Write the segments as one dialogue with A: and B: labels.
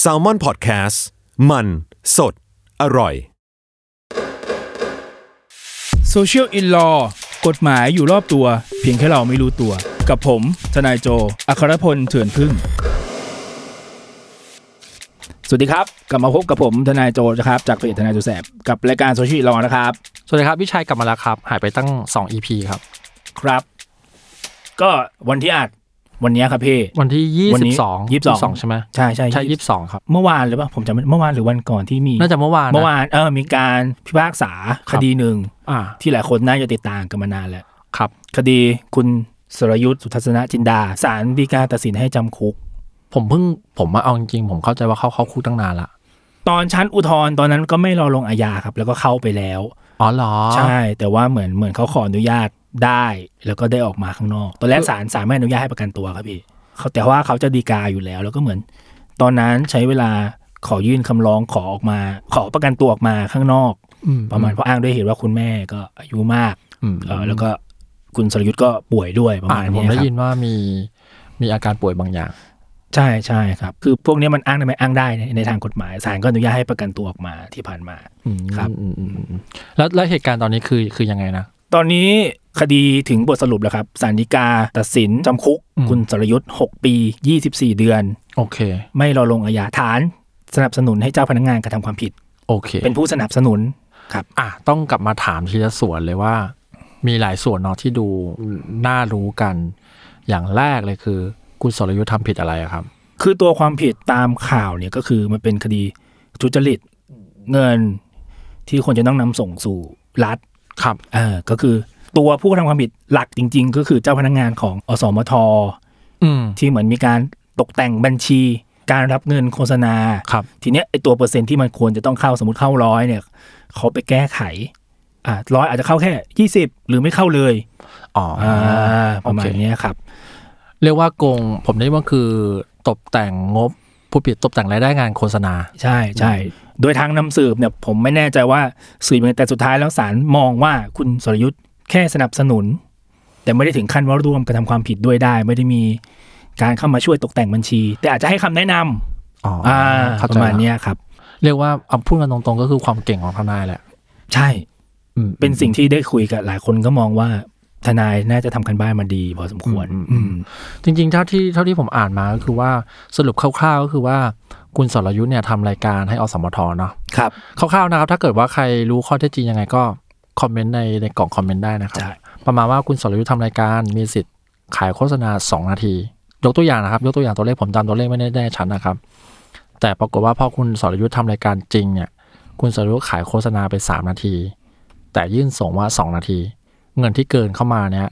A: แซลมอนพอดแคสต์มันสดอร่อย
B: Social in Law กฎหมายอยู่รอบตัว เพียงแค่เราไม่รู้ตัว กับผม ทนายโจ อัครพลเถื่อนพึ่ง สวัสดีครับ กลับมาพบกับผมทนายโจนะครับ จากเพจทนายโจแสบ กับรายการ Social in Law นะครับ
C: สวัสดีครับพี่ชัยกลับมาแล้วครับ หายไปตั้ง 2 EP ครับ
B: ครับ ก็วันที่อัดวันเนี้ยครับพี่
C: วันที่
B: วันนี้
C: 22
B: 22
C: 22 ใช่ไหม
B: ใช่ใช่
C: ใช่ 22 ครับ
B: เมื่อวานหรือเปล่าผมจำไม่เมื่อวานหรือวันก่อนที่มี
C: น่าจะเมื่อวานนะ
B: เมื่อวานเออมีการพิพากษาคดีหนึ่ง
C: อ่า
B: ที่หลายคนน่าจะติดตามกันมานานแล้ว
C: ครับ
B: คดีคุณสรยุทธ์สุทัศนจินดาศาลฎีกาตัดสินให้จำคุก
C: ผมเพิ่งผมมาเอาจริงๆ ผมเข้าใจว่าเขาเข้าคุกตั้งนานละ
B: ตอนชั้นอุทธรณ์ตอนนั้นก็ไม่รอลงอาญาครับ แล้วก็เข้าไปแล้ว
C: อ๋อเหรอ
B: ใช่ แต่ว่าเหมือนเหมือนเขาขออนุญาตได้ แล้วก็ได้ออกมาข้างนอก ตอนแรกศาลศาลไม่อนุญาตให้ประกันตัวครับพี่เขาแต่ว่าเขาจะดีกาอยู่แล้ว แล้วก็เหมือน ตอนนั้นใช้เวลาขอยื่นคำร้องขอออกมา ขอประกันตัวออกมาข้างนอก
C: อืม
B: ประมาณเพราะอ้างด้วยเหตุว่าคุณแม่ก็อายุมาก
C: อืม
B: เออแล้วก็คุณสรยุทธ์ก็ป่วยด้วยประ
C: อ่า
B: มาณ
C: ผ
B: นี้
C: มได้
B: ครับ
C: ยินว่ามีมีอาการป่วยบางอย่าง
B: ใช่ใช่ครับ คือพวกเนี้ยมันอ้างได้ไหมอ้างได้ในในทางกฎหมายศาลก็อนุญาตให้ประกันตัวออกมาที่ผ่านมา ครับ
C: อืมอืมอืมอืมแล้วแล้วเหตุการณ์ตอนนี้คือคือยังไงนะ
B: ตอนนี้คดีถึงบทสรุปแล้วครับศาลฎีกาตัดสินจำคุก
C: อืม
B: คุณสรยุทธ์ 6 ปี 24 เดือน
C: โอเค
B: ไม่รอลงอาญาฐาน สนับสนุนให้เจ้าพนักงานกระทำความผิด
C: โอเค
B: เป็นผู้สนับสนุนครับ
C: อ่ะต้องกลับมาถามทีละส่วนเลยว่า มีหลายส่วนเนาะที่ดูน่ารู้กัน อย่างแรกเลยคือคุณสรยุทธ์ทำผิดอะไรอะครับ
B: คือตัวความผิดตามข่าวเนี่ยก็คือมันเป็นคดีทุจริตเงินที่คนจะต้องนำส่งสู่รัฐ
C: ครับ
B: เออก็คือตัวผู้กระทำความผิดหลักจริง ๆ ก็คือเจ้าพนักงานของอสมท
C: อืม
B: ที่เหมือนมีการตกแต่งบัญชี การรับเงินโฆษณา
C: ครับ
B: ทีเนี้ยไอตัวเปอร์เซ็นต์ที่มันควรจะต้องเข้าสมมติเข้าร้อยเนี่ยเขาไปแก้ไขอ่าร้อยอาจจะเข้าแค่ 20 หรือไม่เข้าเลย
C: อ๋ออ
B: อ่าประมาณ
C: โอเค
B: เนี้ยครับ
C: เรียกว่าโกงผมได้ว่าคือตบแต่งงบผู้ผิดตบแต่งรายได้งานโฆษณา
B: ใช่ใช่โดยทางนำสืบเนี่ยผมไม่แน่ใจว่าสืบยังไงแต่สุดท้ายแล้วศาลมองว่าคุณสรยุทธ์แค่สนับสนุน แต่ไม่ได้ถึงขั้นว่าร่วมกระทำความผิดด้วยได้ ไม่ได้มีการเข้ามาช่วยตกแต่งบัญชี แต่อาจจะให้คำแนะนำ
C: อ๋อ
B: อ่า
C: เข้า
B: ป
C: ใจ
B: ระมาณ
C: ละ
B: เนี้ยครับ
C: เรียกว่าเอาพูดกันตรงๆก็คือความเก่งของทนายแหละ
B: ใช่
C: อืม
B: เป็นสิ่งที่ได้คุยกับหลายคนก็มองว่าทนายน่าจะทำกันบ้านมาดีพอสมควร
C: อืมอืม จริงๆเท่าที่เท่าที่ผมอ่านมาก็คือว่าสรุปคร่าวๆก็คือว่าคุณสรยุทธ์เนี่ยทำรายการให้อสมทเนาะ
B: ครับ
C: คร่าวๆนะครับ ถ้าเกิดว่าใครรู้ข้อเท็จจริงยังไงก็คอมเมนต์ในในกล่องคอมเมนต์ได้นะครับ
B: ใช่
C: ประมาณว่าคุณสรยุทธ์ทำรายการมีสิทธิ์ขายโฆษณา 2 นาที ยกตัวอย่างนะครับ ยกตัวอย่างตัวเลขผมจำตัวเลขไม่ได้แน่ชัดนะครับ แต่ปรากฏว่าพอคุณสรยุทธ์ทำรายการจริงเนี่ย คุณสรยุทธ์ขายโฆษณาไป 3 นาที แต่ยื่นส่งว่า 2 นาที เงินที่เกินเข้ามาเนี่ย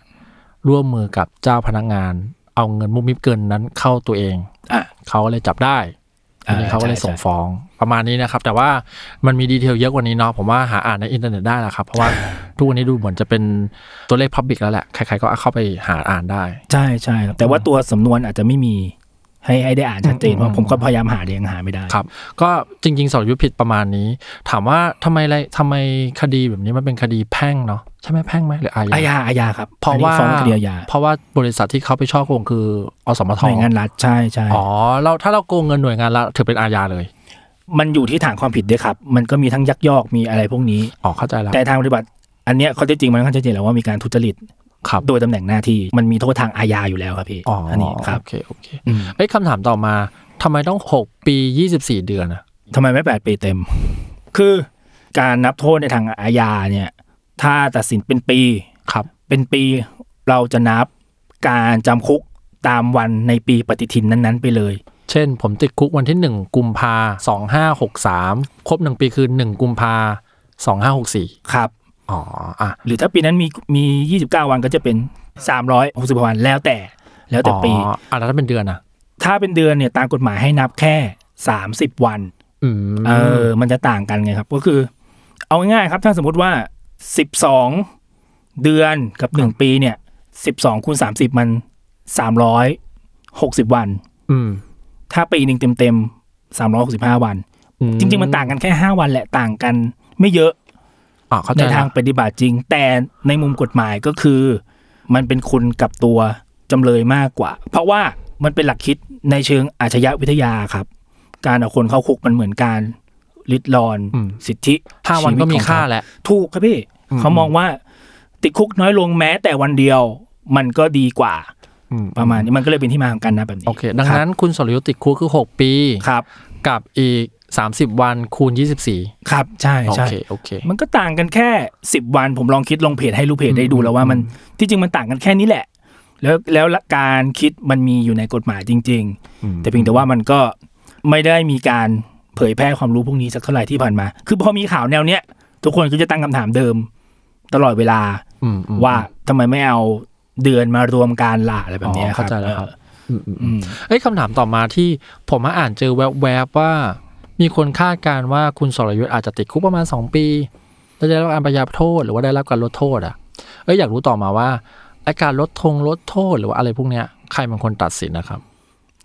C: ร่วมมือกับเจ้าพนักงาน เอาเงินมุกมิบเกินนั้นเข้าตัวเอง
B: อ่ะ
C: เขาก็เลยจับได้ทีนี้เขาก็เลยส่ง
B: ใช่ใช่
C: ฟ้องประมาณนี้นะครับ แต่ว่ามันมีดีเทลเยอะกว่านี้เนาะผมว่าหาอ่านในอินเทอร์เน็ตได้นะครับ เพราะว่าทุกวันนี้ดูเหมือนจะเป็นตัวเลขพับบิกแล้วแหละใครๆก็เข้าไปหาอ่านได้
B: ใช่ใช่ครับแต่ว่าตัวสำนวนอาจจะไม่มีให้ให้ได้อ่านชัดเจน
C: อืม
B: เพราะผมก็
C: อืม
B: พยายามหาแต่ยังหาไม่ได้
C: ครับ ก็จริงๆสรยุทธผิดประมาณนี้ ถามว่าทำไมอะไรทำไมคดีแบบนี้มันเป็นคดีแพ่งเนาะใช่ไหมแพ่งไหมหรืออา
B: อา
C: ญา
B: ญาอาญาครับ
C: เพราะ
B: อัน
C: ว่า
B: นี้ฟ้องคดีอาญา
C: เพราะว่าบริษัทที่เขาไปช่อโกงคืออสมท
B: หน่วยงานรัฐใช่ใช่
C: อ๋อเราถ้าเราโกงเงินหน่วยงานละถือเป็นอาญาเลย
B: มันอยู่ที่ฐานความผิดด้วยครับ มันก็มีทั้งยักยอกมีอะไรพวกนี้
C: อ๋อเข้าใจแล้ว
B: แต่ทางปฏิบัติ อันเนี้ยข้อเท็จจริงมันค่อนข้างชัดเจนแล้วว่ามีการทุจริต
C: ครับ
B: โดยตำแหน่งหน้าที่มันมีโทษทางอาญาอยู่แล้วครับพี่
C: อ๋ออั
B: นนี้ครับ
C: โอเคโอเค
B: อืม
C: เอ้ยคำถามต่อมาทำไมต้อง 6 ปี 24 เดือนอะ
B: ทำไมไม่แปดปีเต็ม คือการนับโทษในทางอาญาเนี่ย ถ้าตัดสินเป็นปี
C: ครับ
B: เป็นปีเราจะนับการจำคุกตามวันในปีปฏิทินนั้น ๆ ไปเลย
C: เช่น ผมติดคุกวันที่ 1 กุมภา2563 ครบ 1 ปีคือ 1 กุมภา2564
B: ครับ
C: อ๋ออ่ะ
B: หรือถ้าปีนั้นมีมี 29 วันก็จะเป็น 360 วันแล้วแต่แล้วแต่ปี
C: อ๋ออ่ะแล้วถ้าเป็นเดือนอะ
B: ถ้าเป็นเดือนเนี่ยตามกฎหมายให้นับแค่ 30 วัน
C: อืม
B: เออ มันจะต่างกันไงครับ ก็คือ เอาง่ายๆครับ ถ้าสมมติว่า 12 เดือนกับ 1 ปีเนี่ย 12คูณ30 มัน 360 วัน
C: อืม
B: ถ้าปีหนึ่งเต็มๆ365 วัน
C: อื
B: จริงๆ มันต่างกันแค่ 5 วันแหละต่างกัน ไม่เยอะ
C: อ๋อเข้าใจ
B: ในทาง
C: ละ
B: ปฏิบัติจริง แต่ในมุมกฎหมายก็คือ มันเป็นคุณกับตัวจำเลยมากกว่า เพราะว่า มันเป็นหลักคิดในเชิงอาชญาวิทยาครับ การเอาคนเข้าคุกมันเหมือนการลิดรอน
C: อืม
B: สิทธิ
C: ห้าวัน
B: ชีต
C: ก็มี
B: ของเข
C: ค่าแหละ
B: ถูกครับพี่
C: อืม
B: เขามองว่า ติดคุกน้อยลงแม้แต่วันเดียว มันก็ดีกว่า
C: อื
B: ประมาณนี้มันก็เลยเป็นที่มาของการนับแบบนี้
C: โอเค ดังนั้นคุณสรยุทธ์ติดคุกคือ 6 ปี
B: ครับ
C: กับอีก 30 วันคูณ 24
B: ครับใช่
C: โอ
B: ใช่
C: เค โอเค
B: มันก็ต่างกันแค่สิบวันผมลองคิดลงเพจให้ลูกเพจได้ดูแล้วว่ามันที่จริงมันต่างกันแค่นี้แหละ แล้วแล้วการคิดมันมีอยู่ในกฎหมายจริง
C: อืม
B: ๆ แต่เพียงแต่ว่ามันก็ไม่ได้มีการเผยแพร่ความรู้พวกนี้สักเท่าไหร่ที่ผ่านมา คือพอมีข่าวแนวเนี้ยทุกคนก็จะตั้งคำถามเดิม ตลอดเวลา
C: อืมอืม
B: ว่าทำไมไม่เอาเดือนมารวมการล่ะอะไรแบบเนี้ย
C: อ๋อ
B: ครั
C: เข้าใจแล้วครับ
B: เอออืม
C: เอ้ยคำถามต่อมาที่ผมมาอ่านเจอแวบๆว่า มีคนคาดการณ์ว่าคุณสรยุทธ์อาจจะติดคุกประมาณ 2 ปีแล้วได้รับการประยาโทษหรือว่าได้รับการลดโทษอ่ะเอ้ยอยากรู้ต่อมาว่าไอการลดทงลดโทษหรือว่าอะไรพวกเนี้ยใครเป็นคนตัดสินนะครับ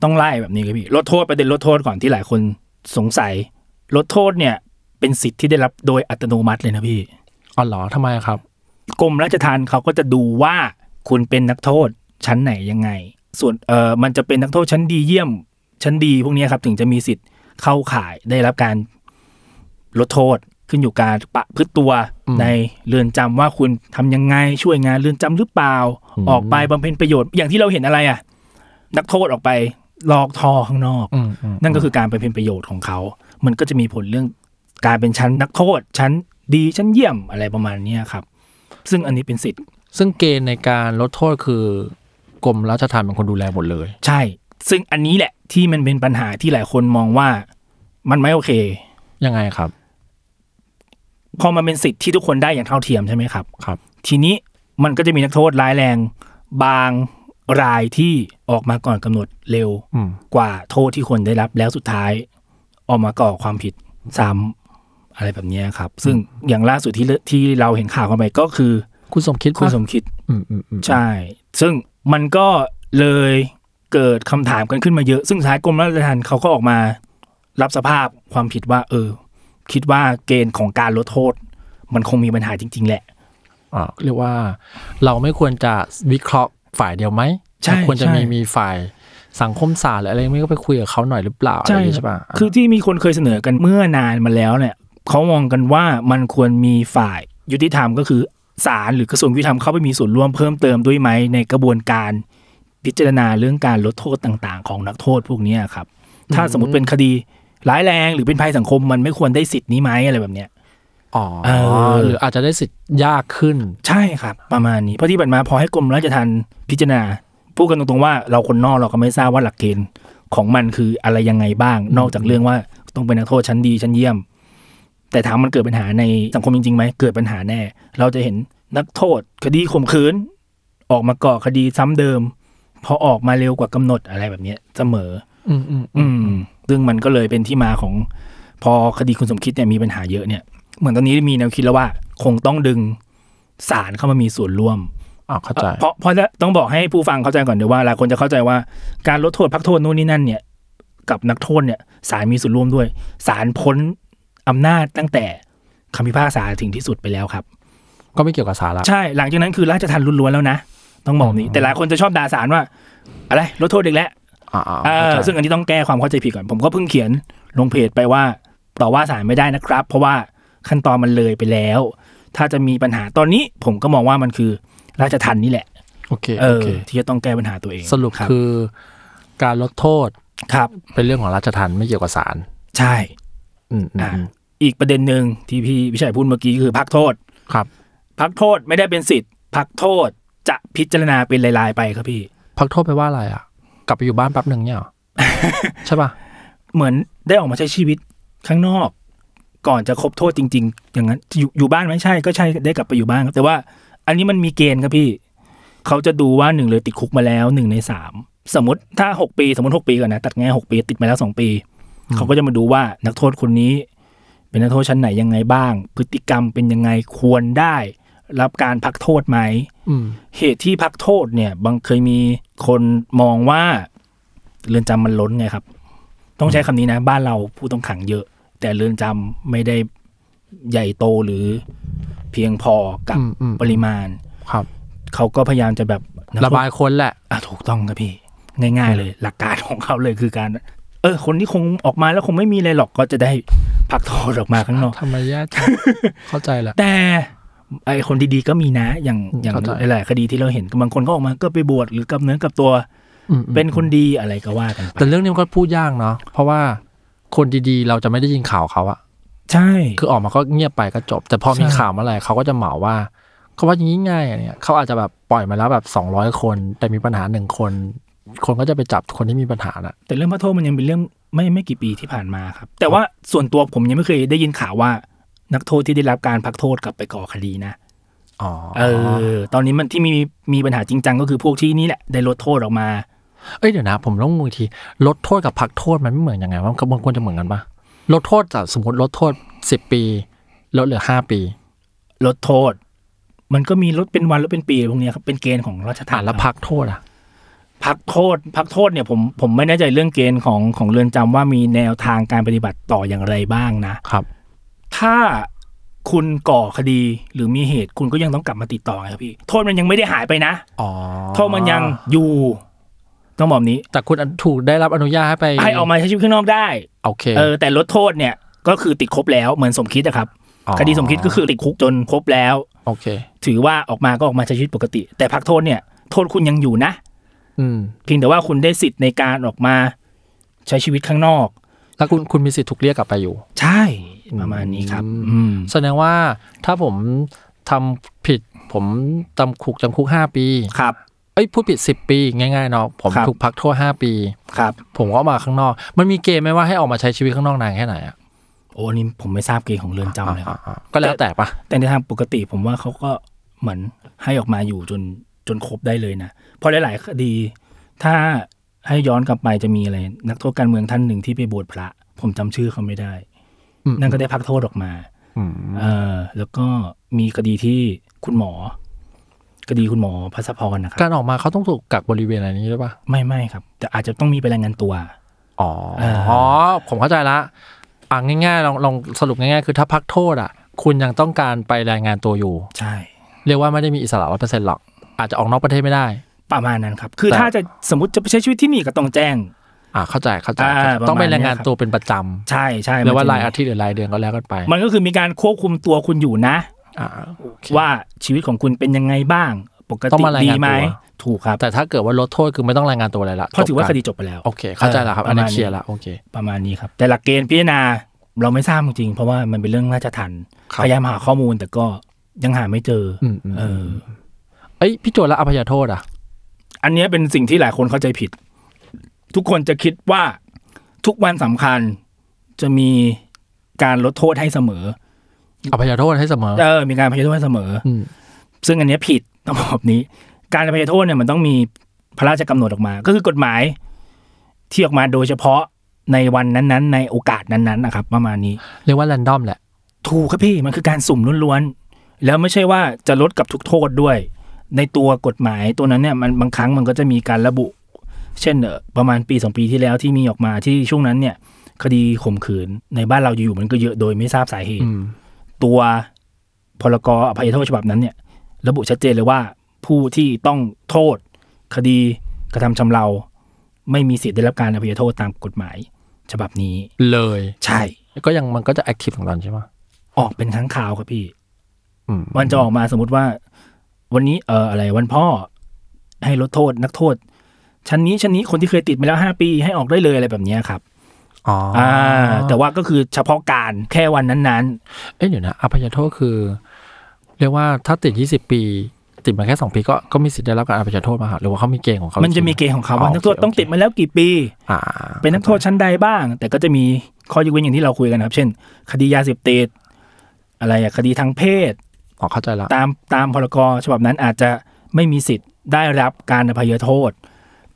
B: ต้องไล่แบบนี้ครับพี่ลดโทษประเด็นลดโทษก่อนที่หลายคนสงสัยลดโทษเนี่ย เป็นสิทธิ์ที่ได้รับโดยอัตโนมัติเลยนะพี่
C: อ๋อเหรอทำไมครับ
B: กรมราชทัณฑ์เขาก็จะดูว่าคุณเป็นนักโทษชั้นไหนยังไง ส่วนเออมันจะเป็นนักโทษชั้นดีเยี่ยมชั้นดีพวกเนี้ยครับ ถึงจะมีสิทธิ์เข้าข่ายได้รับการลดโทษขึ้นอยู่การประพฤติตัว
C: อืม
B: ในเรือนจำว่าคุณทำยังไงช่วยงานเรือนจำหรือเปล่า
C: อืม
B: ออกไปบำเพ็ญประโยชน์อย่างที่เราเห็นอะไรอ่ะ นักโทษออกไปลอกท่อข้างนอก
C: อืมอืม
B: นั่นก็คือการไปเป็นประโยชน์ของเขา มันก็จะมีผลเรื่องการเป็นชั้นนักโทษ ชั้นดีชั้นเยี่ยมอะไรประมาณเนี้ยครับ ซึ่งอันนี้เป็นสิทธิ์
C: ซึ่งเกณฑ์ในการลดโทษคือกรมราชทัณฑ์เป็นคนดูแลหมดเลย
B: ใช่ ซึ่งอันนี้แหละที่มันเป็นปัญหาที่หลายคนมองว่ามันไม่โอเค
C: ยังไงครับ
B: พอมันเป็นสิทธิ์ที่ทุกคนได้อย่างเท่าเทียมใช่ไหมครับ
C: ครับ
B: ทีนี้มันก็จะมีนักโทษร้ายแรง บางรายที่ออกมาก่อนกำหนดเร็ว
C: อืม
B: กว่าโทษที่ควรได้รับแล้วสุดท้าย ออกมาก่อความผิดซ้ำอะไรแบบเนี้ยครับ ซึ่งอย่างล่าสุดที่เลที่เราเห็นข่าวกันไปก็คือ
C: คุณสมคิด
B: คุณ
C: ปะ
B: สมคิด
C: อืมอืมอืม
B: ใช่ ซึ่งมันก็เลยเกิดคำถามกันขึ้นมาเยอะ ซึ่งท้ายกรมราชทัณฑ์เขาก็ออกมา รับสภาพความผิดว่า เออ คิดว่าเกณฑ์ของการลดโทษ มันคงมีปัญหาจริง ๆ แหละ
C: อ่าเรียกว่า เราไม่ควรจะวิเคราะห์ฝ่ายเดียวไหม
B: ใช่
C: เราควรจะมี
B: ใช่
C: มีฝ่ายสังคมศาสตร์หรืออะไรไม่ก็ไปคุยกับเขาหน่อยหรือเปล่าอะไรอย่างงี้ใช่ปะ
B: คือที่มีคนเคยเสนอกันเมื่อนานมาแล้วเนี่ยเขามองกันว่ามันควรมีฝ่ายยุติธรรมก็คือศาลหรือกระทรวงยุติธรรมเข้าไปมีส่วนร่วมเพิ่มเติมด้วยไหมในกระบวนการพิจารณาเรื่องการลดโทษต่างๆ ของนักโทษพวกเนี้ยครับ ถ้าสมมติเป็นคดีร้ายแรงหรือเป็นภัยสังคมมันไม่ควรได้สิทธิ์นี้ไหมอะไรแบบเนี้ย
C: อ๋อ
B: เออ
C: หรืออาจจะได้สิทธิ์ยากขึ้น
B: ใช่ครับ ประมาณนี้เพราะที่ผ่านมาพอให้กรมราชทัณฑ์พิจารณาพูดกันตรงๆว่าเราคนนอกเราก็ไม่ทราบว่าหลักเกณฑ์ของมันคืออะไรยังไงบ้าง นอกจากเรื่องว่าต้องเป็นนักโทษชั้นดีชั้นเยี่ยม แต่ถามมันเกิดปัญหาในสังคมจริงๆไหมเกิดปัญหาแน่ เราจะเห็นนักโทษ คดีข่มขืน ออกมาก่อคดีซ้ำเดิม พอออกมาเร็วกว่ากำหนดอะไรแบบเนี้ยเสมอ
C: อืมอืม
B: อืมซึ่งมันก็เลยเป็นที่มาของ พอคดีคุณสมคิดเนี่ยมีปัญหาเยอะเนี่ย เหมือนตอนนี้มีแนวคิดแล้วว่า คงต้องดึงศาลเข้ามามีส่วนร่วม
C: อ่าเข้าใจ
B: เพราะเพราะจะต้องบอกให้ผู้ฟังเข้าใจก่อนเดี๋ยวว่าหลายคนจะเข้าใจว่าการลดโทษพักโทษนู่นนี่นั่นเนี่ย กับนักโทษเนี่ยศาลมีส่วนร่วมด้วยศาลพ้นอำนาจตั้งแต่คำพิพากษาถึงที่สุดไปแล้วครับ
C: ก็ไม่เกี่ยวกับสาระ
B: ใช่หลังจากนั้นคือราชทันล้วนๆแล้วนะต้องบอกนี้ แต่หลายคนจะชอบด่าศาลว่า อะไรลดโทษอีกแล้ว
C: อ่าอ่า
B: เออ
C: เข้าใจ
B: ซึ่งอันนี้ต้องแก้ความเข้าใจผิดก่อน ผมก็เพิ่งเขียนลงเพจไปว่า ต่อว่าศาลไม่ได้นะครับ เพราะว่าขั้นตอนมันเลยไปแล้ว ถ้าจะมีปัญหาตอนนี้ผมก็มองว่ามันคือราชทันนี่แหละ
C: โอเค
B: เอ
C: โอ
B: อ
C: เค
B: ที่จะต้องแก้ปัญหาตัวเอง
C: สรุป
B: ครับ
C: คือ การลดโทษ
B: ครับ
C: เป็นเรื่องของราชทัณฑ์ไม่เกี่ยวกับศาล
B: ใช่
C: อืมอืม
B: อ่า อีกประเด็นหนึ่งที่พี่วิชัยพูดเมื่อกี้คือพักโทษ
C: ครับ
B: พักโทษไม่ได้เป็นสิทธิ์ พักโทษจะพิจารณาเป็นรายๆไปครับพี่
C: พักโทษไปลว่าอะไรอ่ะ กลับไปอยู่บ้านแป๊บหนึ่ง เนี่ยเหรอ ใช่ป่ะ
B: เหมือนได้ออกมาใช้ชีวิตข้างนอก ก่อนจะครบโทษจริง ๆ อย่างนั้นอยู่อยู่บ้านไหม่ใช่ก็ใช่ได้กลับไปอยู่บ้านครับแต่ว่าอันนี้มันมีเกณฑ์ครับพี่ เขาจะดูว่าหนึ่งเลยติดคุกมาแล้วหนึ่งในสามสมมติถ้าหกปี สมมติหกปีก่อนนะตัดง่ายหกปี ติดมาแล้วสองปี เขาก็จะมาดูว่านักโทษคนนี้ เป็นนักโทษชั้นไหนยังไงบ้าง พฤติกรรมเป็นยังไงควรได้ รับการพักโทษไหม
C: อืม
B: เหตุที่พักโทษเนี่ย บางเคยมีคนมองว่าเรือนจำมันล้นไงครับ ต้องใช้คำนี้นะ บ้านเราผู้ต้องขังเยอะ แต่เรือนจำไม่ได้ใหญ่โตหรือเพียงพอกับ
C: อืมอืม
B: ปริมาณ
C: ครับ
B: เขาก็พยายามจะแบบ
C: ระบายคนแหละ
B: อ่ะถูกต้องครับพี่ ง่าย ๆ เลย หลักการของเขาเลยคือการ เออ คนนี้คงออกมาแล้วคงไม่มีอะไรหรอกก็จะได้พักโทษออกมาข้างนอก
C: ทำไมแย่จัง เข้าใจแหละ
B: แต่ไอคนดีๆก็มีนะ อย่างอย่าง
C: เข้าใจ
B: หลายๆคดีที่เราเห็นบางคนก็ออกมาก็ไปบวชหรือกลับเนื้อกลับตัว
C: อืมอืม
B: เป็นคนดีอะไรก็ว่ากันไป
C: แต่เรื่องนี้มันก็พูดยากเนาะเพราะว่าคนดีๆ เราจะไม่ได้ยินข่าวเขาอะ
B: ใช่
C: คือออกมาก็เงียบไปก็จบ แต่พอมี
B: ใช่
C: ข่าวเมื่อไหร่เขาก็จะเหมาว่าเขาว่าอย่างนี้ง่ายอะเนี่ยเขาอาจจะแบบปล่อยมาแล้วแบบสองร้อยคน แต่มีปัญหาหนึ่งคน คนก็จะไปจับคนที่มีปัญหาน่ะ
B: แต่เรื่องพระโทษมันยังเป็นเรื่องไม่ไม่กี่ปีที่ผ่านมาครับ แต่ว่าส่วนตัวผมยังไม่เคยได้ยินข่าวว่า นักโทษที่ได้รับการพักโทษกลับไปก่อคดีนะ
C: อ๋อ
B: เออ ตอนนี้มันที่มีมีปัญหาจริงจังก็คือพวกที่นี่แหละได้ลดโทษออกมา
C: เอ้ยเดี๋ยวนะ ผมต้องงงอีกทีลดโทษกับพักโทษมันไม่เหมือนยังไงวะมันมันควรจะเหมือนกันปะลดโทษจากสมมติลดโทษสิบปีลดเหลือห้าปี
B: ลดโทษ มันก็มีลดเป็นวันลดเป็นปีพวกเนี้ยครับเป็นเกณฑ์ของราชทั
C: อ่า
B: ณ
C: น
B: ฑ์
C: แล้วพักโทษอ่ะ
B: พักโทษพักโทษเนี่ยผมผมไม่แน่ใจเรื่องเกณฑ์ของของเรือนจำว่ามีแนวทางการปฏิบัติต่ออย่างไรบ้างนะ
C: ครับ
B: ถ้าคุณก่อคดีหรือมีเหตุคุณก็ยังต้องกลับมาติดต่อไงครับพี่โทษมันยังไม่ได้หายไปนะ
C: อ๋อ
B: โทษมันยังอยู่ต้องบอกแบบนี้
C: แต่คุณถูกได้รับอนุญาตให้ไป
B: ให้ออกมาใช้ชีวิตข้างนอกได้
C: โอเค
B: เออ แต่ลดโทษเนี่ยก็คือติดครบแล้วเหมือนสมคิดนะครับ
C: อ๋อ
B: คดีสมคิดก็คือติดคุกจนครบแล้ว
C: โอเค
B: ถือว่าออกมาก็ออกมาใช้ชีวิตปกติ แต่พักโทษเนี่ยโทษคุณยังอยู่นะ
C: อืม
B: เพียงแต่ว่าคุณได้สิทธิ์ในการออกมาใช้ชีวิตข้างนอก
C: แล้วคุณคุณมีสิทธิ์ถูกเรียกกลับไปอยู่
B: ใช่ประมาณนี้ครับ อืม
C: แสดงว่าถ้าผมทำผิด ผมจำคุกจำคุกห้าปี
B: ครับ
C: เอ้ยพูดผิดสิบปีง่ายๆเนาะผม
B: ครับ
C: ถูกพักโทษห้าปี
B: ครับ
C: ผมก็ออกมาข้างนอก มันมีเกณฑ์ไหมว่าให้ออกมาใช้ชีวิตข้างนอกนานแค่ไหนอ่ะ
B: โอ้อันนี่ผมไม่ทราบเกณฑ์ของเรือนจำเลยครับ
C: อ่าๆๆก็แล้วแต่ปะ
B: แต่ในทางปกติผมว่าเขาก็เหมือนให้ออกมาอยู่จนจนครบได้เลยนะเพราะหลาย ๆ คดี ถ้าให้ย้อนกลับไปจะมีอะไร นักโทษการเมืองท่านหนึ่งที่ไปบวชพระ ผมจำชื่อเขาไม่ได้
C: อืม
B: นั่นก็ได้พักโทษออกมา
C: อืม
B: เออแล้วก็มีคดีที่คุณหมอ คดีคุณหมอพัสพรนะครับ
C: การออกมาเขาต้องถูกกักบริเวณอะไรนี้ด้วยปะ
B: ไม่ไม่ครับ แต่อาจจะต้องมีไปรายงานตัว
C: อ๋อ
B: อ่า
C: อ๋อผมเข้าใจละอ่าง่ายๆลองลองสรุปง่ายๆ คือถ้าพักโทษอ่ะ คุณยังต้องการไปรายงานตัวอยู่
B: ใช่
C: เรียกว่าไม่ได้มีอิสระร้อยเปอร์เซ็นต์หรอก อาจจะออกนอกประเทศไม่ได้
B: ประมาณนั้นครับ คือ
C: แต่
B: ถ้าจะสมมติจะไปใช้ชีวิตที่นี่ก็ต้องแจ้ง
C: อ่าเข้าใจเข้าใจ
B: อ่าประมาณ
C: ต้องไปรายงาน
B: เนี้ยครับ
C: ตัวเป็นประจ
B: ใช่ใช่
C: ำ
B: มัน
C: เรียกว่า
B: จะมี
C: รายอาทิตย์หรือรายเดือนก็แล้วกันไป
B: มันก็คือมีการควบคุมตัวคุณอยู่นะ
C: อ่าโอเค
B: ว่าชีวิตของคุณเป็นยังไงบ้าง ปกติ
C: ต้องมาราย
B: ดี
C: งานตัว
B: ไหมถูกครับ
C: แต่ถ้าเกิดว่าลดโทษคือไม่ต้องรายงานตัวอะไรละ
B: เพราะถือว่า
C: จบ
B: ค
C: กัน
B: ดีจบไปแล้ว
C: โอเค เข้าใจแล้วครับ
B: เออ
C: อันนี้
B: ประมาณนี้
C: เคลียร์ละโอเค
B: ประมาณนี้ครับ แต่หลักเกณฑ์พิจารณาเราไม่ทราบจริงๆเพราะว่ามันเป็นเรื่องราชทัน
C: ครับ
B: พยายามหาข้อมูลแต่ก็ยังหาไม่เจออ
C: มอืม
B: เออ
C: เอ้ยพี่โจแล้วอภัยโทษอ่ะ
B: อันเนี้ยเป็นสิ่งที่หลายคนเข้าใจผิด ทุกคนจะคิดว่าทุกวันสำคัญจะมีการลดโทษให้เสมอ
C: อภัยโทษให้เสมอ
B: เออ มีการพยโทษให้เสมอ
C: อืม
B: ซึ่งอันเนี้ยผิดต้องบอกแบบนี้ การอภัยโทษเนี่ยมันต้องมีพระราชกำหนดออกมา ก็คือกฎหมายที่ออกมาโดยเฉพาะในวันนั้นๆ ในโอกาสนั้นๆนะครับ ประมาณนี้
C: เรียกว่าแรนดอมแหละ
B: ถูกครับพี่มันคือการสุ่มล้วนๆ แล้วไม่ใช่ว่าจะลดกับทุกโทษด้วย ในตัวกฎหมายตัวนั้นเนี่ยมันบางครั้งมันก็จะมีการระบุ เช่นเอ่อประมาณปีสองปีที่แล้วที่มีออกมาที่ช่วงนั้นเนี่ย คดีข่มขืนในบ้านเราอยู่ๆมันก็เยอะโดยไม่ทราบสาเหตุ
C: อืม
B: ตัวพลกรอภัยโทษฉบับนั้นเนี่ย ระบุชัดเจนเลยว่าผู้ที่ต้องโทษ คดีกระทำชำเรา ไม่มีสิทธิ์ได้รับการอภัยโทษตามกฎหมาย ฉบับนี้
C: เลย
B: ใช่
C: ก็ยังมันก็จะแอคทีฟของตอนใช่ไหม
B: ออกเป็นครั้งคราวครับพี่
C: อืม
B: มันจะออกมาสมมติว่า วันนี้เอออะไรวันพ่อให้ลดโทษนักโทษ ชั้นนี้ชั้นนี้คนที่เคยติดมาแล้วห้าปีให้ออกได้เลยอะไรแบบเนี้ยครับ
C: อ๋ออ
B: อ่า แต่ว่าก็คือเฉพาะการแค่วันนั้น
C: เอ้ยเดี๋ยวนะอภัยโทษคือ เรียกว่าถ้าติด 20 ปี ติดมาแค่ 2 ปีก็ก็มีสิทธิ์ได้รับการอภัยโทษมาหาหรือว่าเขามีเกณฑ์ของเขา
B: ๆ มันจะมี
C: มี
B: เกณฑ์ของเขา
C: อ๋อ
B: ว่า
C: โอเค
B: นักโทษต้อง
C: โอเค
B: ติดมาแล้วกี่ปี
C: อ่า
B: เป็นนักโทษชั้นใดบ้าง แต่ก็จะมีข้อยกเว้นอย่างที่เราคุยกันครับ เช่น คดียาเสพติดอะไรอะคดีทางเพศ
C: อ๋อเข้าใจละ
B: ตามตามพรกฉบับนั้นอาจจะไม่มีสิทธิ์ได้รับการอภัยโทษ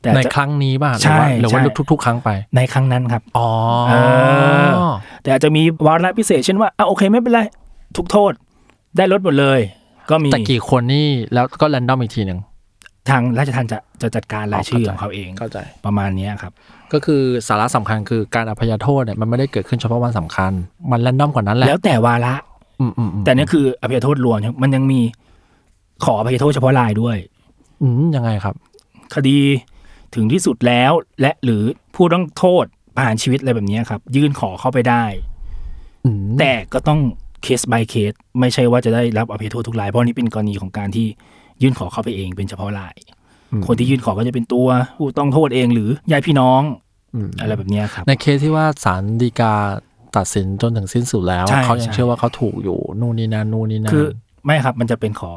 B: แต่
C: ใน
B: จะ
C: ครั้งนี้ป่ะห
B: ใช่
C: รือว่าหรือว่า
B: ใช่
C: ทุกๆ ครั้งไป
B: ในครั้งนั้นครับ
C: อ๋อ
B: เออ แต่อาจจะมีวาระพิเศษเช่นว่าอ่ะโอเคไม่เป็นไร ทุกโทษได้ลดหมดเลย ก็มี
C: แต่กี่คนนี่แล้วก็แรนดอมอีกทีหนึ่ง
B: ทางราชทัณฑ์จะจะจัดการรายชื่อข
C: เข้าใจ
B: องเขาเอง
C: เข้าใจ
B: ประมาณเนี้ยครับ
C: ก็คือสาระสำคัญคือการอภัยโทษเนี่ยมันไม่ได้เกิดขึ้นเฉพาะวันสำคัญ มันแรนดอมกว่านั้นแหละ
B: แล้วแต่วาระ
C: อืมอืมอืม
B: แต่เนี่ยคืออภัยโทษรวมครับมันยังมีขออภัยโทษเฉพาะรายด้วย
C: อืมยังไงครับ
B: คดี ถึงที่สุดแล้ว และหรือผู้ต้องโทษประหารชีวิตอะไรแบบเนี้ยครับ ยื่นขอเข้าไปได้
C: อืม
B: แต่ก็ต้องเคส by เคส ไม่ใช่ว่าจะได้รับอภัยโทษทุกราย เพราะนี่เป็นกรณีของการที่ยื่นขอเข้าไปเองเป็นเฉพาะราย คนที่ยื่นขอก็จะเป็นตัวผู้ต้องโทษเองหรือญาติพี่น้องอะไรแบบเนี้ยครับ
C: ในเคสที่ว่าศาลฎีกาตัดสินจนถึงสิ้นสุดแล้ว
B: ใช่
C: เขายัง
B: ใช่
C: เชื่อว่าเขาถูกอยู่นู่นนี่นั่นนู่นนี่นั่น
B: คือไม่ครับมันจะเป็นขอ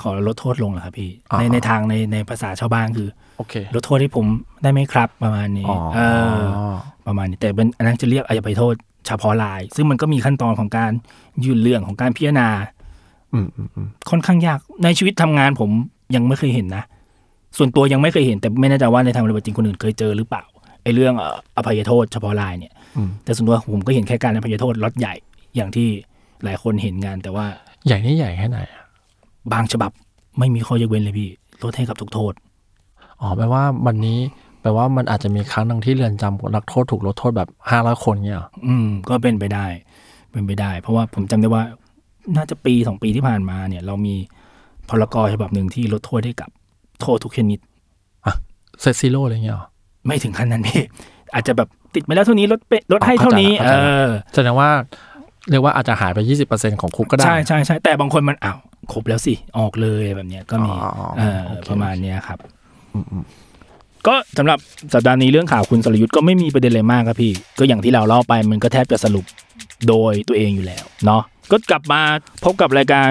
B: ขอลดโทษลงเหรอครับพี่
C: อ่า
B: ในในทางในในภาษาชาวบ้านคือ
C: โอเค
B: ลดโทษให้ผมได้ไหมครับ ประมาณนี้
C: อ๋อ
B: เออ ประมาณนี้แต่เป็นอันนั้นจะเรียกอายภัยโทษเฉพาะราย ซึ่งมันก็มีขั้นตอนของการยื่นเรื่องของการพิจารณา
C: อืมอืมอืม
B: ค่อนข้างยากในชีวิตทำงานผมยังไม่เคยเห็นนะ ส่วนตัวยังไม่เคยเห็น แต่ไม่แน่ใจว่าในทางปฏิบัติจริงคนอื่นเคยเจอหรือเปล่าไอ้เรื่องเอ่ออภัยโทษเฉพาะรายเนี่ย
C: อืม
B: แต่ส่วนตัวผมก็เห็นแค่การอภัยโทษล็อตใหญ่อย่างที่หลายคนเห็นงาน แต่ว่า
C: ใหญ่นี่ใหญ่แค่ไหนอะ
B: บางฉบับไม่มีข้อยกเว้นเลยพี่ลดให้กับทุกโทษ
C: อ๋อแปลว่าวันนี้แปลว่ามันอาจจะมีครั้งหนึ่งที่เรือนจำนักโทษถูกลดโทษแบบห้าร้อยคนเนี่ยเหรอ
B: อืมก็เป็นไปได้ เป็นไปได้ เพราะว่าผมจำได้ว่าน่าจะปีสองปีที่ผ่านมาเนี่ย เรามีพรกฉบับหนึ่งที่ลดโทษให้กับโทษทุกชนิด
C: เซตซิโร่อะไรเงี้ยเหรอ
B: ไม่ถึงขั้นนั้นพี่ อาจจะแบบติดมาแล้วเท่านี้ลดเปลดให้
C: อ๋อ
B: เท่า
C: เข้าใจ
B: นี้
C: ละ
B: เอ
C: เข้า
B: อ
C: ใจละแสดงว่าเรียกว่าอาจจะหายไป 20%ของคุกก็ได้
B: ใช่ใช่ใช่แต่บางคนมันอ้าวครบแล้วสิ ออกเลยแบบเนี้ยก็มี
C: อ๋ออ๋อ
B: เออ
C: โอเค
B: ประมาณเนี้ยครับก็สำหรับสัปดาห์นี้เรื่องข่าวคุณสรยุทธ์ก็ไม่มีประเด็นอะไรมากครับพี่ ก็อย่างที่เราเล่าไปมันก็แทบจะสรุปโดยตัวเองอยู่แล้วเนาะก็กลับมาพบกับรายการ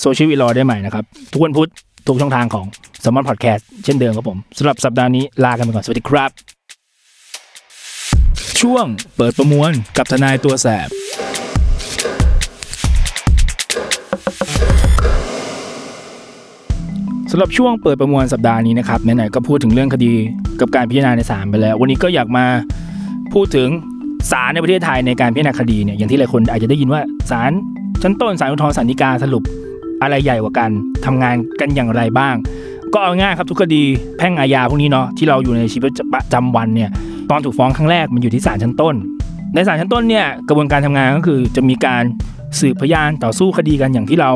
B: โซเชียลวีลอได้ใหม่นะครับ ทุกวันพุธทุกช่องทางของสมอนพอดแคสต์เช่นเดิมครับผมสำหรับสัปดาห์นี้ลากันไปก่อนสวัสดีครับ ช่วงเปิดประมวลกับทนายตัวแสบ สำหรับช่วงเปิดประมวลสัปดาห์นี้นะครับไหนๆก็พูดถึงเรื่องคดีกับการพิจารณาในศาลไปแล้ว วันนี้ก็อยากมาพูดถึงศาลในประเทศไทยในการพิจารณาคดีเนี่ยอย่างที่หลายคนอาจจะได้ยินว่าศาลชั้นต้นศาลอุทธรณ์ศาลฎีกาสรุปอะไรใหญ่กว่ากันทำงานกันอย่างไรบ้าง ก็เอาง่ายครับทุกคดีแพ่งอาญาพวกนี้เนาะที่เราอยู่ในชีวิตประจำวันเนี่ยตอนถูกฟ้องครั้งแรกมันอยู่ที่ศาลชั้นต้น ในศาลชั้นต้นเนี่ยกระบวนการทำงานก็คือจะมีการสืบพยานต่อสู้คดีกันอย่างที่เรา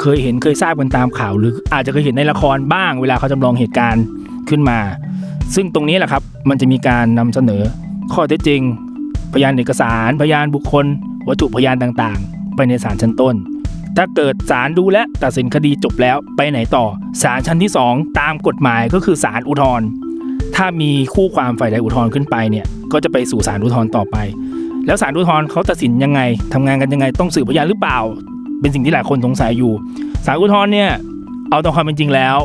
B: เคยเห็นเคยทราบกันตามข่าวหรืออาจจะเคยเห็นในละครบ้าง เวลาเขาจำลองเหตุการณ์ขึ้นมา ซึ่งตรงนี้แหละครับ มันจะมีการนำเสนอข้อเท็จจริง พยานเอกสาร พยานบุคคล วัตถุพยานต่างๆ ไปในศาลชั้นต้น ถ้าเกิดศาลดูและตัดสินคดีจบแล้วไปไหนต่อศาลชั้นที่ 2 ตามกฎหมายก็คือศาลอุทธรณ์ถ้ามีคู่ความฝ่ายใดอุทธรณ์ขึ้นไปเนี่ยก็จะไปสู่ศาลอุทธรณ์ต่อไป แล้วศาลอุทธรณ์เขาตัดสินยังไงทำงานกันยังไงต้องสืบพยานหรือเปล่า เป็นสิ่งที่หลายคนสงสัยอยู่ สารอุทธรณ์เนี่ยเอาตามความเป็นจริงแล้ว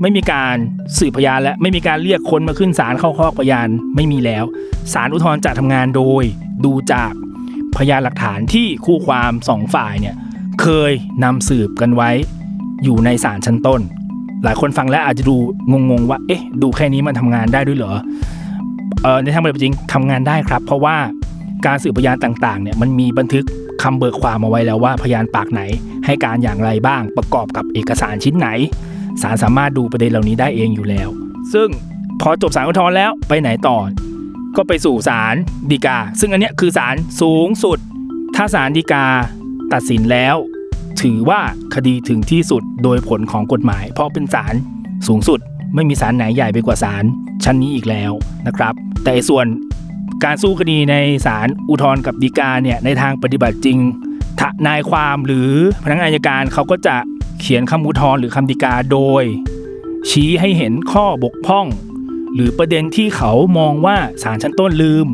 B: ไม่มีการสืบพยานและไม่มีการเรียกคนมาขึ้นศาลเข้าคอกพยานไม่มีแล้วศาลอุทธรณ์จะทำงานโดย ดูจากพยานหลักฐานที่คู่ความสองฝ่ายเนี่ยเคยนำสืบกันไว้อยู่ในศาลชั้นต้น หลายคนฟังแล้วอาจจะดูงงๆว่าเอ๊ะดูแค่นี้มันทำงานได้ด้วยเหรอเออในทางปฏิบัติจริงทำงานได้ครับ เพราะว่าการสืบพยานต่างๆเนี่ยมันมีบันทึก คำเบิกความเอาไว้แล้วว่าพยานปากไหน ให้การอย่างไรบ้างประกอบกับเอกสารชิ้นไหนศาลสามารถดูประเด็นเหล่านี้ได้เองอยู่แล้ว ซึ่งพอจบศาลอุทธรณ์แล้วไปไหนต่อ ก็ไปสู่ศาลฎีกา ซึ่งอันเนี้ยคือศาลสูงสุด ถ้าศาลฎีกาตัดสินแล้ว ถือว่าคดีถึงที่สุดโดยผลของกฎหมาย เพราะเป็นศาลสูงสุด ไม่มีศาลไหนใหญ่ไปกว่าศาลชั้นนี้อีกแล้วนะครับ แต่ส่วนการสู้คดีในศาลอุทธรณ์กับฎีกาเนี่ยในทางปฏิบัติจริงทนายความหรือพนักงานอัยการเขาก็จะเขียนคำอุทธรณ์หรือคำฎีกาโดย ชี้ให้เห็นข้อบกพร่อง หรือประเด็นที่เขามองว่าศาลชั้นต้นลืม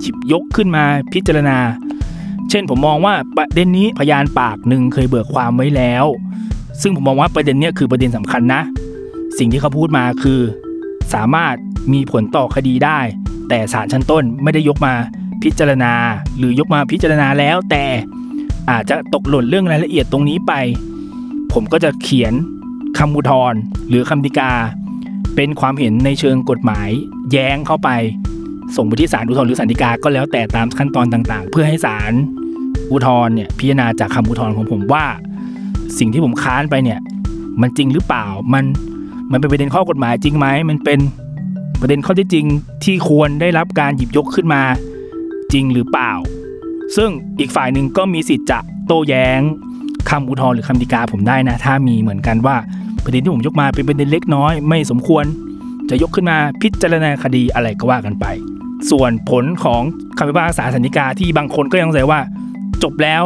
B: หยิบยกขึ้นมาพิจารณา เช่นผมมองว่าประเด็นนี้พยานปากหนึ่งเคยเบิกความไว้แล้ว ซึ่งผมมองว่าประเด็นเนี้ยคือประเด็นสำคัญนะ สิ่งที่เขาพูดมาคือ สามารถมีผลต่อคดีได้ แต่ศาลชั้นต้นไม่ได้ยกมาพิจารณา หรือยกมาพิจารณาแล้ว แต่อาจจะตกหล่นเรื่องรายละเอียดตรงนี้ไป ผมก็จะเขียนคำอุทธรณ์หรือคำฎีกา เป็นความเห็นในเชิงกฎหมายแย้งเข้าไป ส่งไปที่ศาลอุทธรณ์หรือศาลฎีกาก็แล้วแต่ตามขั้นตอนต่างๆ เพื่อให้ศาลอุทธรณ์เนี่ยพิจารณาจากคำอุทธรณ์ของผมว่า สิ่งที่ผมค้านไปเนี่ย มันจริงหรือเปล่ามันมันเป็นประเด็นข้อกฎหมายจริงไหมมันเป็นประเด็นข้อเท็จจริงที่ควรได้รับการหยิบยกขึ้นมาจริงหรือเปล่า ซึ่งอีกฝ่ายหนึ่งก็มีสิทธิ์จะโต้แย้งคำอุทธรณ์หรือคำฎีกาผมได้นะ ถ้ามีเหมือนกันว่าประเด็นที่ผมยกมาเป็นประเด็นเล็กน้อย ไม่สมควรจะ จะยกขึ้นมาพิจารณาคดีอะไรก็ว่ากันไป ส่วนผลของคำพิพากษาสันนิกาที่บางคนก็ยังสงสัยว่า จบแล้ว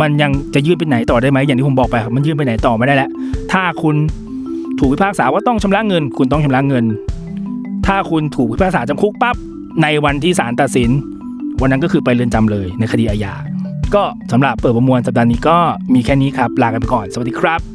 B: มันยังจะยื่นไปไหนต่อได้ไหมอย่างที่ผมบอกไปครับมันยื่นไปไหนต่อไม่ได้แล้วถ้าคุณถูกพิพากษาว่าต้องชำระเงิน คุณต้องชำระเงิน ถ้าคุณถูกพิพากษาจำคุกปั๊บในวันที่ศาลตัดสิน วันนั้นก็คือไปเรือนจำเลยในคดีอาญาก็สำหรับเปิดประมวลสัปดาห์นี้ก็มีแค่นี้ครับลากันไปก่อนสวัสดีครับ